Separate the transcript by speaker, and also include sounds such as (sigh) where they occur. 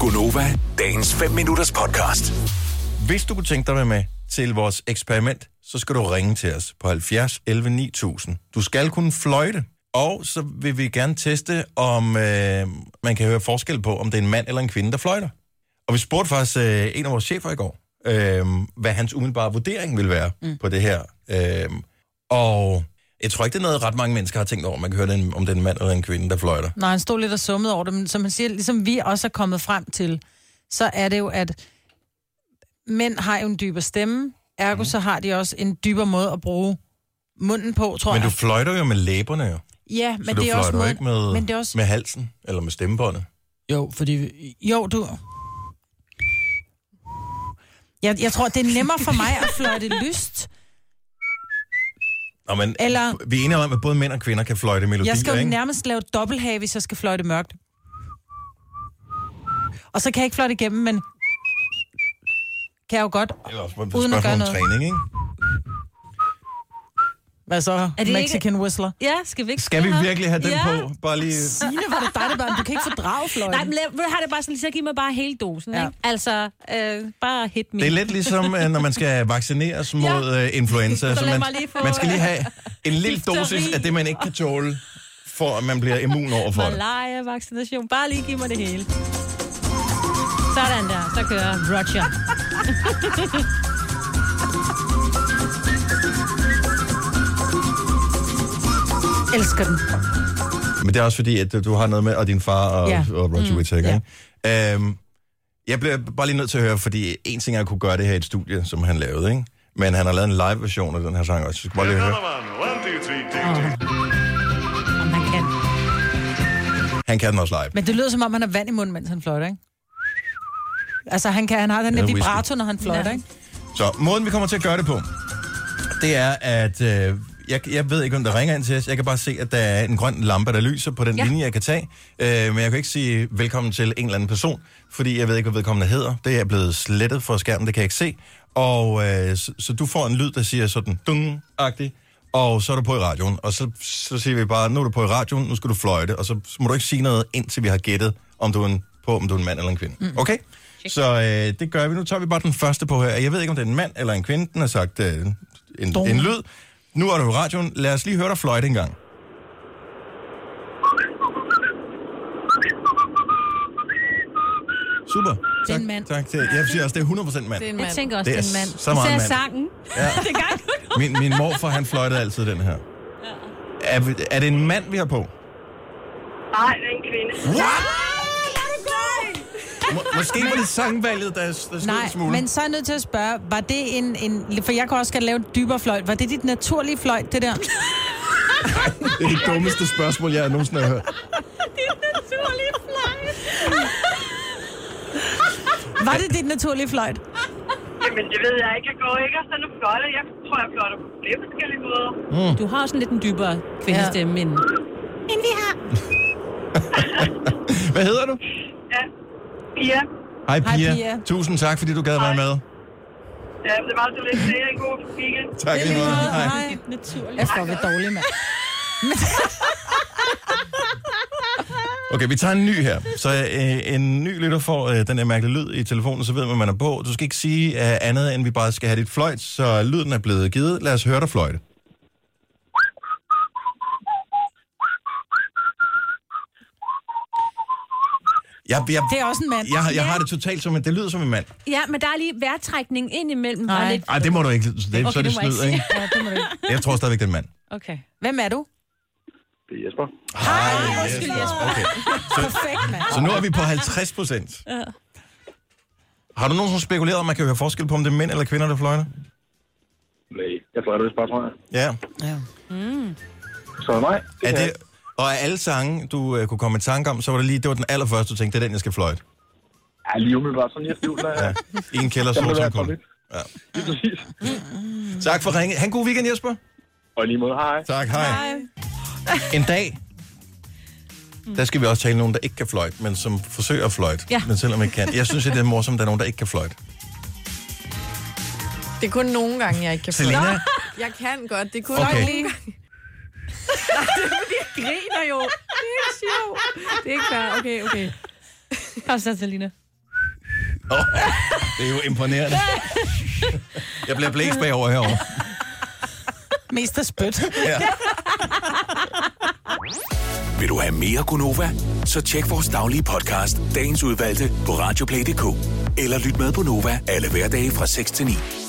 Speaker 1: Gunova, dagens 5 minutters podcast.
Speaker 2: Hvis du kunne tænke dig at være med til vores eksperiment, så skal du ringe til os på 70 11 9000. Du skal kunne fløjte, og så vil vi gerne teste, om øh, man kan høre forskel på, om det er en mand eller en kvinde, der fløjter. Og vi spurgte faktisk øh, en af vores chefer i går, øh, hvad hans umiddelbare vurdering vil være mm. på det her. Øh, og jeg tror ikke, det er noget, ret mange mennesker har tænkt over, om man kan høre, det er en- om det er en mand eller en kvinde, der fløjter.
Speaker 3: Når han stod lidt og summede over det, men som han siger, ligesom vi også er kommet frem til, så er det jo, at mænd har jo en dybere stemme,
Speaker 2: Mhm.
Speaker 3: ergo så har de også en dybere måde at bruge munden på, tror
Speaker 2: Men du
Speaker 3: jeg.
Speaker 2: fløjter jo med læberne, jo.
Speaker 3: Ja,
Speaker 2: Så
Speaker 3: men
Speaker 2: du
Speaker 3: det er også
Speaker 2: fløjter
Speaker 3: måden,
Speaker 2: ikke med,
Speaker 3: men det er også,
Speaker 2: med halsen eller med stemmebåndet.
Speaker 4: Jo, fordi...
Speaker 3: jo, du... Jeg, jeg tror, det er nemmere for mig at
Speaker 2: (laughs)
Speaker 3: fløjte lyst.
Speaker 2: Nå, men
Speaker 3: Eller-
Speaker 2: vi er enige om, at både mænd og kvinder kan fløjte melodier,
Speaker 3: Jeg skal jo
Speaker 2: ikke?
Speaker 3: nærmest lave dobbelthage, hvis jeg skal fløjte mørkt. Og så kan jeg ikke fløjte igennem, men... Kan jeg jo godt.
Speaker 2: Det er også et
Speaker 3: uden
Speaker 2: spørgsmål
Speaker 3: at gøre
Speaker 2: om
Speaker 3: noget.
Speaker 2: træning, ikke?
Speaker 3: Hvad så?
Speaker 5: det ikke-
Speaker 3: Mexican (laughs) Whistler.
Speaker 5: Ja, skal vi ikke
Speaker 2: Skal vi
Speaker 5: Ja.
Speaker 2: virkelig have den
Speaker 5: ja.
Speaker 2: på? Bare lige...
Speaker 3: (laughs) Signe, var det dig, der bare, du kan ikke fordrage fløjten.
Speaker 5: Nej, men lav, ved du, har det bare sådan, så giv mig bare hele dosen,
Speaker 3: Ja.
Speaker 5: ja. ikke? Altså, øh, bare hit me.
Speaker 2: Det er lidt ligesom, øh, når man skal vaccineres mod ja. influenza.
Speaker 5: Så lad
Speaker 2: man,
Speaker 5: mig lige få,
Speaker 2: man skal lige have en lille
Speaker 5: difteri.
Speaker 2: dosis af det, man ikke kan tåle, for at man bliver immun overfor det.
Speaker 5: Malaria-vaccination. Bare lige giv mig det hele. Sådan der, så kører Roger.
Speaker 3: elsker den.
Speaker 2: Men det er også fordi, at øh, du- du har noget med, og din far og, ja.
Speaker 3: Ja.
Speaker 2: og Roger mm. Whittaker, ja. øhm, Jeg bliver bare lige nødt til at høre, fordi en ting er at kunne gøre det her i et studie, som han lavede, ikke? Men han har lavet en live-version af den her sang også. Så skal vi bare lige høre.
Speaker 5: Og man kan.
Speaker 2: Han kan den også live.
Speaker 3: Men det lyder som om, han har vand i munden, mens han fløjter, ikke? Altså, han, kan, han har den
Speaker 2: Ja,
Speaker 3: der
Speaker 2: whisky.
Speaker 3: vibrato, når han fløjter, ikke?
Speaker 2: Så måden, vi kommer til at gøre det på, det er, at øh, jeg, jeg ved ikke, om der ringer ind til os. Jeg kan bare se, at der er en grøn lampe, der lyser på den ja. linje, jeg kan tage. Øh, men jeg kan ikke sige velkommen til en eller anden person, fordi jeg ved ikke, hvad vedkommende hedder. Det er blevet slettet fra skærmen, det kan jeg ikke se. Og øh, så, så du får en lyd, der siger sådan dung agtig og så er du på i radioen. Og så, så siger vi bare, nu er du på i radioen, nu skal du fløjte, og så må du ikke sige noget, indtil vi har gættet, om du er en, på, om du er en mand eller en kvinde. Mm. Okay? Så øh, det gør vi. Nu tager vi bare den første på her. Jeg ved ikke, om det er en mand eller en kvinde, den har sagt øh, en, en lyd. Nu er du i radioen. Lad os lige høre dig fløjte en gang. Super.
Speaker 3: Det er
Speaker 2: Tak,
Speaker 3: en mand.
Speaker 2: tak til. Jeg siger også, det er 100% mand.
Speaker 6: Det er en
Speaker 5: Jeg
Speaker 6: mand.
Speaker 5: tænker også,
Speaker 2: Det
Speaker 5: det
Speaker 2: er
Speaker 5: er en mand.
Speaker 2: så meget
Speaker 5: Især
Speaker 2: mand.
Speaker 5: sangen.
Speaker 2: Ja.
Speaker 5: det gør jeg godt.
Speaker 2: Min, min morfar, han fløjtede altid den her. Er, vi- er det en mand, vi har på?
Speaker 7: Nej, det er en kvinde.
Speaker 2: What? Må, måske var det sangvalget, der, der stod en
Speaker 3: Nej,
Speaker 2: smule.
Speaker 3: men så er jeg nødt til at spørge, var det en, en... For jeg kan også godt lave en dybere fløjt. Var det dit naturlige fløjt, det der?
Speaker 2: Det er det dummeste spørgsmål, jeg nogensinde har hørt.
Speaker 3: Var det dit naturlige fløjt?
Speaker 7: Jamen, det ved jeg ikke. Jeg går ikke og sådan flotte. Jeg tror, jeg flotter på flere forskellige måder.
Speaker 5: Du har sådan lidt en dybere kvindestemme, ja. end...
Speaker 2: Hvad hedder du?
Speaker 7: Ja. Pia.
Speaker 2: Hej Pia.
Speaker 3: Pia.
Speaker 2: Tusind tak, fordi du gad være
Speaker 7: Hej.
Speaker 2: med.
Speaker 7: Ja, det var så lidt. Det er en god weekend.
Speaker 2: Tak lige måde. Hej.
Speaker 5: Naturligt.
Speaker 3: Jeg får ved dårlig, mand.
Speaker 2: Okay, vi tager en ny her. Så øh, en ny lytter får øh, den her mærkelige lyd i telefonen, så ved man, man er på. Du skal ikke sige øh, andet, end vi bare skal have dit fløjt, så lyden er blevet givet. Lad os høre dig fløjte. Jeg, jeg,
Speaker 3: Det er også en mand.
Speaker 2: jeg, jeg har det totalt som, at det lyder som en mand.
Speaker 5: Ja, men der er lige vejrtrækning ind imellem. Nej.
Speaker 3: Nej.
Speaker 5: Og lidt...
Speaker 2: Ej, det må du ikke. Det, okay, så er det
Speaker 5: det må jeg
Speaker 2: snyd,
Speaker 5: ikke
Speaker 2: ikke?
Speaker 3: Ja, det må du ikke.
Speaker 2: Jeg tror stadigvæk, det er en mand.
Speaker 5: Okay.
Speaker 3: Hvem er du?
Speaker 8: Det er Jesper.
Speaker 2: Hej, Jesper. Okay.
Speaker 3: Perfekt, mand.
Speaker 2: Så nu er vi på 50 procent. Ja. Har du nogensinde spekuleret, om man kan høre forskel på, om det er mænd eller kvinder, der fløjter?
Speaker 8: Nej, jeg tror, det er Jesper, tror jeg.
Speaker 2: Ja.
Speaker 8: Så er det mig.
Speaker 2: Er
Speaker 8: kan
Speaker 2: det,
Speaker 8: jeg.
Speaker 2: og af alle sange, du øh, kunne komme i tanke om, så var det lige, det var den allerførste, du tænkte, det er den, jeg skal fløjte.
Speaker 8: Ja, lige umiddelbart sådan lige efter jul, der
Speaker 2: Ja.
Speaker 8: er
Speaker 2: I en kælder
Speaker 8: der må det være
Speaker 2: solsangkul.
Speaker 8: kommet.
Speaker 2: Ja.
Speaker 8: Lige præcis.
Speaker 2: Tak for ringet. Han god weekend, Jesper.
Speaker 8: Og i lige måde, hej.
Speaker 2: Tak, hej. hej. (laughs) En dag, der skal vi også tale om nogen, der ikke kan fløjte, men som forsøger at fløjte,
Speaker 5: Ja.
Speaker 2: men selvom ikke kan. Jeg synes, at det er morsomt, at der er nogen, der ikke kan fløjte.
Speaker 6: Det er kun nogle gange, jeg ikke kan fløjte.
Speaker 2: Selena,
Speaker 6: Jeg kan godt, det er kun
Speaker 2: Okay.
Speaker 6: nogle gange.
Speaker 5: Griner jo.
Speaker 6: Det er ikke fair. Okay, okay.
Speaker 5: Kom så, Selina.
Speaker 2: Oh, det er jo imponerende. Jeg bliver blæst bagover herovre.
Speaker 3: Mest af spyt.
Speaker 2: Ja.
Speaker 1: Vil du have mere Gunova? Så tjek vores daglige podcast, dagens udvalgte, på radioplay.dk. Eller lyt med på Nova alle hverdage fra 6 til 9.